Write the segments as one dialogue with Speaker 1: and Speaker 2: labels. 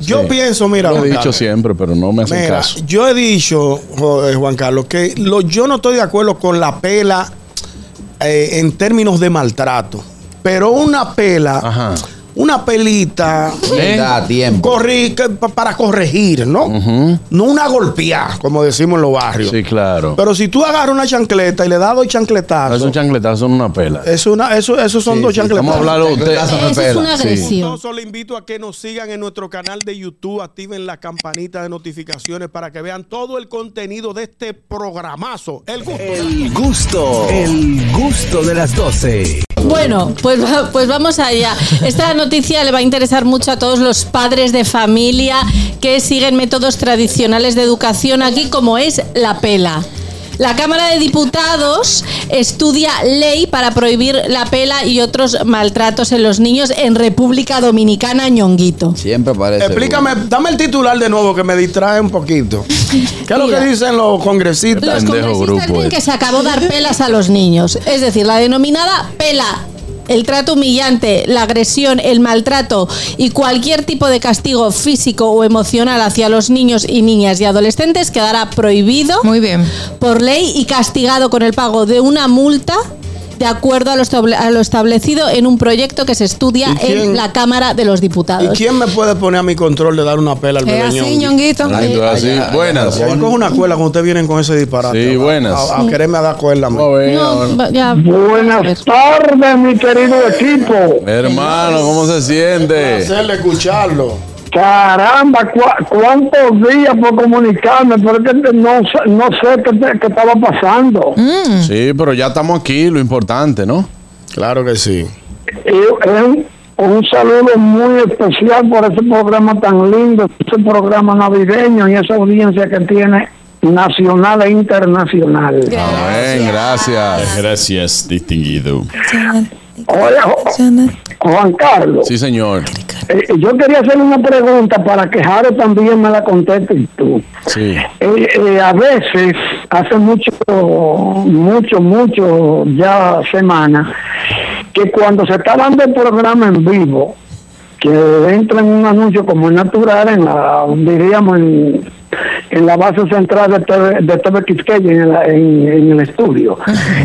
Speaker 1: Yo pienso, mira,
Speaker 2: Lo he
Speaker 1: Juan
Speaker 2: dicho
Speaker 1: Carlos,
Speaker 2: siempre, pero no me hacen
Speaker 1: mira,
Speaker 2: caso.
Speaker 1: yo he dicho, jo- eh, Juan Carlos, que lo- yo no estoy de acuerdo con la pela eh, en términos de maltrato, pero una pela,
Speaker 2: Ajá.
Speaker 1: una pelita
Speaker 2: ¿Eh?
Speaker 3: Da tiempo.
Speaker 1: corri- que- pa- para corregir, ¿no? No una golpeada, como decimos en los barrios.
Speaker 2: Sí, claro.
Speaker 1: Pero si tú agarras una chancleta y le das dos
Speaker 2: No es
Speaker 1: chancletazos,
Speaker 2: un chancletazo, son una pela.
Speaker 1: es una, eso, esos son
Speaker 3: Sí,
Speaker 1: dos
Speaker 3: sí,
Speaker 1: chancletazos.
Speaker 2: Vamos a hablar de usted.
Speaker 3: Chancletazo.
Speaker 4: Eh, Eso es una
Speaker 3: Sí.
Speaker 4: agresión.
Speaker 1: Entonces, le invito a que nos sigan en nuestro canal de YouTube, activen la campanita de notificaciones para que vean todo el contenido de este programazo. El gusto.
Speaker 5: Eh,
Speaker 6: El gusto, el gusto de las 12.
Speaker 4: Bueno, pues, va- pues vamos allá. Esta noticia le va a interesar mucho a todos los padres de familia que siguen métodos tradicionales de educación aquí, como es la pela. La Cámara de Diputados estudia ley para prohibir la pela y otros maltratos en los niños en República Dominicana, ñonguito.
Speaker 3: Siempre parece.
Speaker 1: Explícame, dame el titular de nuevo que me distrae un poquito. ¿Qué es lo que
Speaker 4: Mira.
Speaker 1: dicen los
Speaker 4: Los
Speaker 1: congresistas?
Speaker 2: Pendejo
Speaker 4: congresistas
Speaker 2: grupo
Speaker 4: dicen
Speaker 2: este.
Speaker 4: que se acabó dar pelas a los niños, es decir, la denominada pela. El trato humillante, la agresión, el maltrato y cualquier tipo de castigo físico o emocional hacia los niños y niñas y adolescentes quedará prohibido
Speaker 5: Muy bien.
Speaker 4: por ley y castigado con el pago de una multa de acuerdo a lo, estable- a lo establecido en un proyecto que se estudia
Speaker 1: ¿Y quién-
Speaker 4: en la Cámara de los
Speaker 1: ¿Y
Speaker 4: Diputados.
Speaker 1: quién me puede poner a mi control de dar una pela al
Speaker 4: Eh,
Speaker 5: Es
Speaker 1: bebé
Speaker 5: así,
Speaker 1: Eh, ñonguito?
Speaker 5: ñonguito.
Speaker 2: La gente va así. Buenas.
Speaker 1: Y ahí cojo una cuela cuando ustedes vienen con ese disparate.
Speaker 2: Sí, buenas.
Speaker 1: A, a quererme a dar cuerda. man.
Speaker 2: Vamos a ver,
Speaker 4: No,
Speaker 2: ahora.
Speaker 4: va- ya- a ver.
Speaker 7: Buenas tardes, mi querido equipo.
Speaker 2: Hermano, ¿cómo se siente?
Speaker 1: Hacerle escucharlo.
Speaker 7: Caramba, cua- cuántos días por comunicarme, pero es que no, sé- no sé qué, te- qué estaba pasando.
Speaker 5: ¿Mm?
Speaker 2: Sí, pero ya estamos aquí, lo importante, ¿no?
Speaker 1: Claro que sí.
Speaker 7: Y es un- un saludo muy especial por ese programa tan lindo, ese programa navideño y esa audiencia que tiene nacional e internacional.
Speaker 2: Amén, gracias.
Speaker 8: Gracias, distinguido.
Speaker 7: Oye, Jo- Juan Carlos,
Speaker 2: Sí, señor.
Speaker 7: eh, yo quería hacer una pregunta para que Jaro también me la contestes tú.
Speaker 2: Sí.
Speaker 7: Eh, eh, a veces, hace mucho, mucho, mucho ya semana, que cuando se está dando el programa en vivo, que entra en un anuncio como es natural, en la, diríamos, en, en la base central de TV, de TV Quisqueya, en, la- en- en el estudio.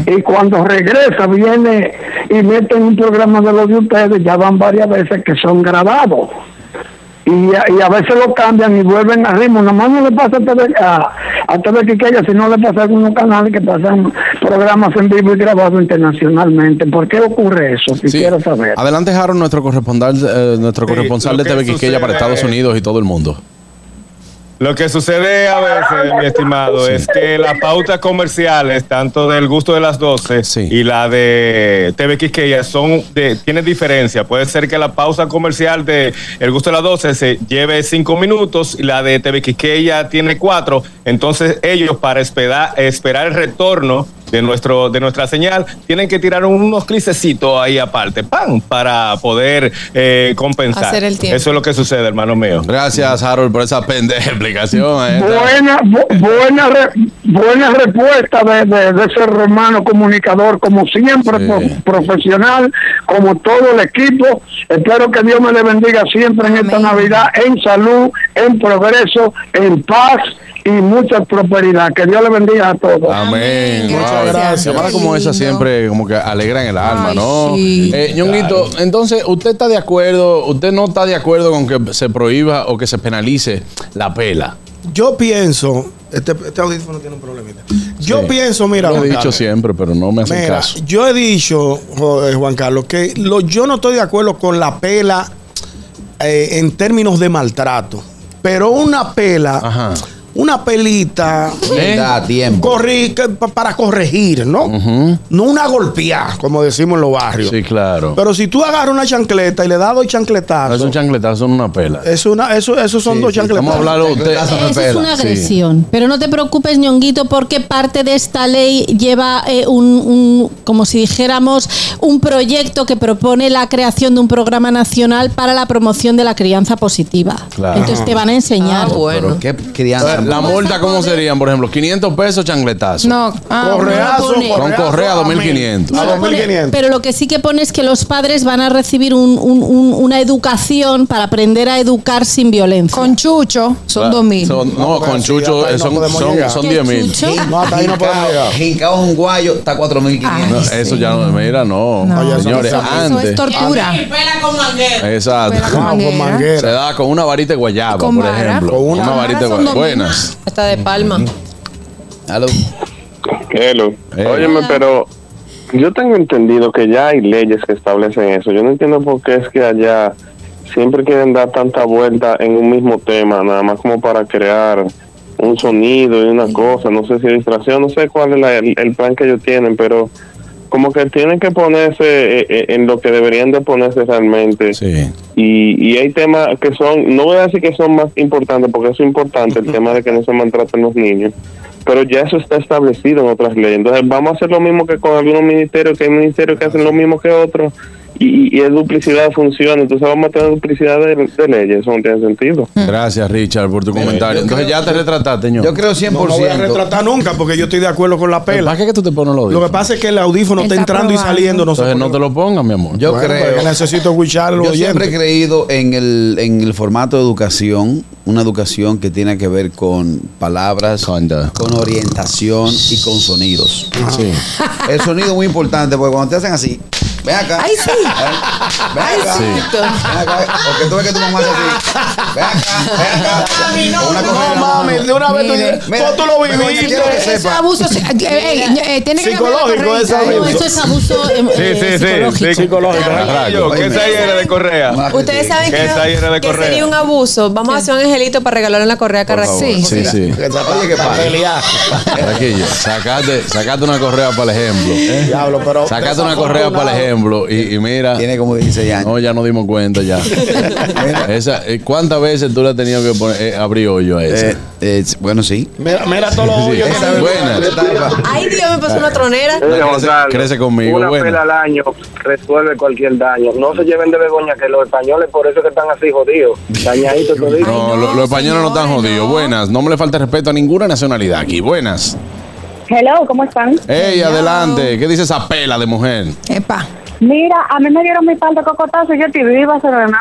Speaker 7: Y cuando regresa, viene y mete en un programa de los de ustedes, ya van varias veces que son grabados y a, y a veces lo cambian y vuelven a ritmo. Nomás no le pasa a TV, a, a TV Quiqueya, sino le pasa a algunos canales que pasan programas en vivo y grabados internacionalmente. ¿Por qué ocurre eso?
Speaker 2: Sí.
Speaker 7: Quisiera saber.
Speaker 2: Adelante, Harold, nuestro corresponsal, eh, nuestro corresponsal de
Speaker 8: lo que
Speaker 2: TV Quiqueya para
Speaker 8: sucede-
Speaker 2: Estados Unidos y todo el mundo.
Speaker 8: Lo que sucede a veces, mi estimado, es que las pautas comerciales, tanto del gusto de las 12
Speaker 2: Sí.
Speaker 8: y la de TV Quisqueya, son de, tienen diferencia. Puede ser que la pausa comercial de El gusto de las 12 se lleve cinco minutos y la de TV Quisqueya tiene cuatro. Entonces ellos, para esperar, esperar el retorno de, nuestro, de nuestra señal, tienen que tirar unos clicecitos ahí aparte, ¡pam!, para poder eh, compensar.
Speaker 5: Hacer el tiempo.
Speaker 8: Eso es lo que sucede, hermano mío.
Speaker 2: Gracias, Harold, por esa pendeja explicación. maestra.
Speaker 7: Buena, bu- buena, re- buena respuesta de, de, de ese hermano comunicador, como siempre,
Speaker 2: Sí.
Speaker 7: pro- profesional, como todo el equipo. Espero que Dios me le bendiga siempre en esta
Speaker 5: Amén.
Speaker 7: Navidad, en salud, en progreso, en paz y mucha prosperidad. Que Dios le bendiga a todos.
Speaker 2: Amén.
Speaker 5: Amén,
Speaker 2: Wow.
Speaker 5: muchas gracias.
Speaker 2: Llamadas como
Speaker 5: Qué
Speaker 2: esa
Speaker 5: lindo.
Speaker 2: siempre como que alegran el alma,
Speaker 5: Ay,
Speaker 2: ¿no?
Speaker 5: sí.
Speaker 2: Eh, Ñonguito, entonces, ¿usted está de acuerdo, usted no está de acuerdo con que se prohíba o que se penalice la pela?
Speaker 1: Yo pienso, este, este audífono tiene un problemita. Yo
Speaker 2: Sí.
Speaker 1: pienso, mira,
Speaker 2: Lo
Speaker 1: Juan
Speaker 2: he dicho
Speaker 1: Carlos,
Speaker 2: siempre, pero no me hacen
Speaker 1: mira,
Speaker 2: caso.
Speaker 1: yo he dicho, jo- eh, Juan Carlos, que lo- yo no estoy de acuerdo con la pela eh, en términos de maltrato, pero una pela,
Speaker 2: Ajá.
Speaker 1: una pelita
Speaker 2: ¿Eh?
Speaker 3: Da tiempo.
Speaker 1: corri- que- pa- para corregir, ¿no? No una golpeada, como decimos en los barrios.
Speaker 2: Sí, claro.
Speaker 1: Pero si tú agarras una chancleta y le das dos
Speaker 2: No es un
Speaker 1: chancletazos,
Speaker 2: chancletazo, son una pela.
Speaker 1: es una, eso, esos son
Speaker 3: Sí,
Speaker 1: dos
Speaker 3: sí,
Speaker 1: chancletazos.
Speaker 3: estamos
Speaker 2: Vamos a hablar de usted.
Speaker 3: Chancletazo.
Speaker 4: Eh, Eso es
Speaker 3: Pela,
Speaker 4: una
Speaker 2: sí.
Speaker 4: agresión. Pero no te preocupes, ñonguito, porque parte de esta ley lleva eh, un, un- como si dijéramos, un proyecto que propone la creación de un programa nacional para la promoción de la crianza positiva.
Speaker 2: Claro.
Speaker 4: Entonces te van a enseñar.
Speaker 5: Ah, bueno.
Speaker 3: Pero qué crianza
Speaker 1: ejemplo.
Speaker 2: La multa, ¿cómo
Speaker 4: saco de-
Speaker 2: serían, por ejemplo? 500 pesos changletazo.
Speaker 3: No, ah,
Speaker 1: correazo,
Speaker 4: no lo pone.
Speaker 2: Con correa,
Speaker 1: a
Speaker 2: 2500.
Speaker 1: mil, A
Speaker 4: No lo pone,
Speaker 1: 2500.
Speaker 4: pero lo que sí que pone es que los padres van a recibir un- un- un- una educación para aprender a educar sin violencia.
Speaker 3: con Chucho son dos mil.
Speaker 2: Son- no,
Speaker 1: porque
Speaker 2: con
Speaker 1: así
Speaker 2: Chucho
Speaker 1: hasta ahí
Speaker 2: eh,
Speaker 1: no
Speaker 2: son,
Speaker 1: podemos
Speaker 2: son,
Speaker 1: llegar.
Speaker 2: son
Speaker 4: ¿Qué
Speaker 2: 10 mil.
Speaker 4: chucho?
Speaker 1: No, hasta ahí no podemos llegar.
Speaker 5: Jincao es un guayo, está 4500.
Speaker 3: Ay,
Speaker 2: Eso
Speaker 3: sí.
Speaker 2: ya no, mira, no.
Speaker 3: No.
Speaker 1: Oye, eso
Speaker 2: Señores,
Speaker 1: no
Speaker 4: Ah,
Speaker 1: se hace.
Speaker 3: Eso es
Speaker 2: antes.
Speaker 3: tortura. Fuera
Speaker 2: Exacto.
Speaker 3: con
Speaker 1: Ah, con
Speaker 2: Se
Speaker 3: manguera.
Speaker 1: manguera.
Speaker 2: da con una varita de guayaba,
Speaker 3: Con
Speaker 2: por
Speaker 3: vara.
Speaker 2: ejemplo.
Speaker 1: Con una-
Speaker 2: varita de guayaba.
Speaker 3: Son dos mil.
Speaker 2: Buenas.
Speaker 9: Está de palma.
Speaker 5: Aló.
Speaker 10: Hello.
Speaker 2: Hey.
Speaker 10: Óyeme, pero yo tengo entendido que ya hay leyes que establecen eso. Yo no entiendo por qué es que allá siempre quieren dar tanta vuelta en un mismo tema, nada más como para crear un sonido y una cosa, no sé si distracción, no sé cuál es la- el, el plan que ellos tienen, pero como que tienen que ponerse eh, eh, en lo que deberían de ponerse realmente.
Speaker 2: Sí.
Speaker 10: Y, y hay temas que son, no voy a decir que son más importantes, porque eso es importante, el tema de que no se maltraten los niños, pero ya eso está establecido en otras leyes. Entonces vamos a hacer lo mismo que con algunos ministerios, que hay ministerios que hacen lo mismo que otros, y, y es duplicidad de funciones, entonces vamos a tener duplicidad de, de leyes, eso no tiene sentido.
Speaker 2: Mm. Gracias, Richard, por tu comentario.
Speaker 5: Eh, yo
Speaker 2: Entonces
Speaker 5: creo-
Speaker 2: ya te retrataste, ño.
Speaker 5: Yo creo
Speaker 1: No, no voy a
Speaker 5: 100%.
Speaker 1: retratar nunca porque yo estoy de acuerdo con la
Speaker 2: ¿Para
Speaker 1: pela.
Speaker 2: qué que tú te pones los
Speaker 1: Lo
Speaker 2: discos?
Speaker 1: que pasa es que el audífono está,
Speaker 3: Está
Speaker 1: entrando
Speaker 3: probando.
Speaker 1: y saliendo. No sé
Speaker 2: Entonces
Speaker 1: por
Speaker 2: no
Speaker 1: qué.
Speaker 2: te lo pongas, mi amor.
Speaker 5: Yo
Speaker 1: Bueno,
Speaker 5: creo.
Speaker 1: porque necesito escuchar los
Speaker 5: Yo siempre he
Speaker 1: oyentes.
Speaker 5: creído en el, en el formato de educación, una educación que tiene que ver con palabras,
Speaker 2: Conda.
Speaker 5: con orientación y con sonidos.
Speaker 2: Ah, Sí.
Speaker 5: El sonido es muy importante porque cuando te hacen así, ven acá.
Speaker 3: Ay, sí.
Speaker 5: ¿eh? Ven acá.
Speaker 2: sí.
Speaker 5: Ven acá. Porque tú ves que tu mamá hace así. Ven acá, ven acá. Con una correa en
Speaker 1: No,
Speaker 5: la mano.
Speaker 1: mami, de una vez tú,
Speaker 3: Mira,
Speaker 1: tú- tú lo
Speaker 5: mira,
Speaker 1: viviste.
Speaker 5: quiero que
Speaker 3: Eso es
Speaker 5: sepa.
Speaker 3: abuso. sí, eh, eh, eh, eh, tiene que cambiar la
Speaker 1: Psicológico,
Speaker 3: correa,
Speaker 1: esa
Speaker 3: ¿eh?
Speaker 1: vez.
Speaker 4: No, eso es abuso eh, eh, psicológico.
Speaker 1: Psicológico.
Speaker 8: Carrayo, ¿Qué
Speaker 5: Óyeme.
Speaker 8: esa era de Correa?
Speaker 5: Marketing.
Speaker 9: Ustedes saben
Speaker 8: Que
Speaker 9: que,
Speaker 8: esa era de
Speaker 9: que
Speaker 8: correa.
Speaker 9: sería un abuso. Vamos a hacer un angelito para regalarle la correa a Carrasco.
Speaker 3: Sí.
Speaker 2: Sí, sí.
Speaker 5: Oye, qué padre.
Speaker 2: Raquillo, sacate, sacate una correa para el ejemplo. ¿eh?
Speaker 1: Diablo, pero.
Speaker 2: Sacate una correa para el ejemplo y, y mira.
Speaker 5: Tiene como 16 años.
Speaker 2: No, ya nos dimos cuenta ya. Esa, eh, ¿Cuántas veces tú le has tenido que poner, eh, abrir hoyo a esa?
Speaker 5: Eh, eh, bueno, sí.
Speaker 1: Mira, mira todos los
Speaker 2: Sí,
Speaker 1: hoyos.
Speaker 2: esa es buena.
Speaker 9: Ay, Dios, me pasó una tronera.
Speaker 2: Eh, Gonzalo, crece conmigo,
Speaker 10: Una
Speaker 2: bueno.
Speaker 10: pela al año resuelve cualquier daño. No se lleven de Begoña que los españoles por eso que están así jodidos. Dañaditos toditos.
Speaker 2: No,
Speaker 3: Ay, no,
Speaker 2: lo- los españoles no están
Speaker 3: señores,
Speaker 2: jodidos.
Speaker 3: no.
Speaker 2: Buenas, no me le falta respeto a ninguna nacionalidad aquí. Buenas.
Speaker 11: Hello, ¿cómo están?
Speaker 2: Ey,
Speaker 3: Hello.
Speaker 2: adelante. ¿Qué dice esa pela de mujer?
Speaker 3: Epa.
Speaker 11: Mira, a mí me dieron mi par de cocotazos y yo te viva, Serena.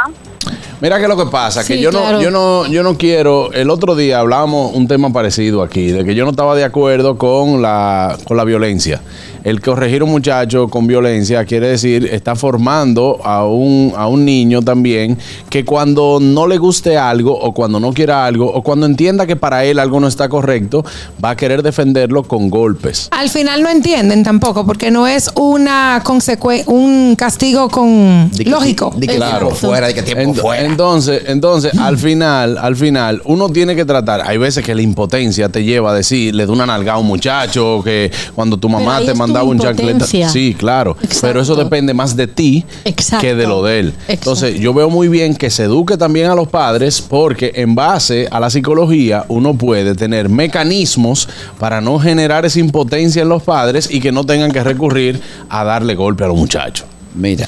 Speaker 2: Mira que lo que pasa, que
Speaker 4: Sí,
Speaker 2: yo no,
Speaker 4: claro.
Speaker 2: yo no, yo no quiero. El otro día hablamos un tema parecido aquí, de que yo no estaba de acuerdo con la, con la violencia. El corregir a un muchacho con violencia quiere decir está formando a un, a un niño también que cuando no le guste algo o cuando no quiera algo o cuando entienda que para él algo no está correcto, va a querer defenderlo con golpes.
Speaker 3: Al final no entienden tampoco, porque no es una consecue- un castigo con lógico.
Speaker 5: Di que
Speaker 4: Claro.
Speaker 5: tiempo fuera, di que tiempo
Speaker 2: Ent-
Speaker 5: fuera.
Speaker 2: Entonces, entonces, al final, al final, uno tiene que tratar. Hay veces que la impotencia te lleva a decir, le doy una nalga a un muchacho, que cuando tu mamá
Speaker 4: ahí
Speaker 2: te
Speaker 4: es tu
Speaker 2: mandaba un chancleta.
Speaker 4: impotencia.
Speaker 2: Sí, claro.
Speaker 4: Exacto.
Speaker 2: Pero eso depende más de ti
Speaker 4: Exacto.
Speaker 2: que de lo de él. Entonces,
Speaker 4: Exacto.
Speaker 2: yo veo muy bien que se eduque también a los padres, porque en base a la psicología, uno puede tener mecanismos para no generar esa impotencia en los padres y que no tengan que recurrir a darle golpe a los muchachos.
Speaker 5: Mira,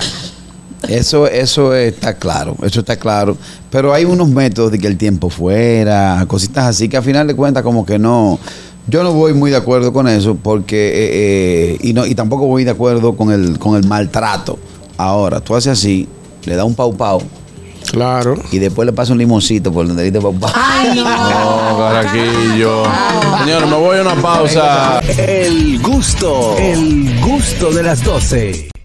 Speaker 5: eso, eso está claro, eso está claro. Pero hay unos métodos de que el tiempo fuera, cositas así, que al final de cuentas como que no. Yo no voy muy de acuerdo con eso porque eh, eh, y no y tampoco voy de acuerdo con el con el maltrato. Ahora, tú haces así, le das un pau pau
Speaker 1: Claro.
Speaker 5: y después le pasas un limoncito por donde le diste pau pau.
Speaker 3: Ay,
Speaker 2: No, Carraquillo. Señor, me voy a una pausa.
Speaker 6: El gusto, el gusto de las 12.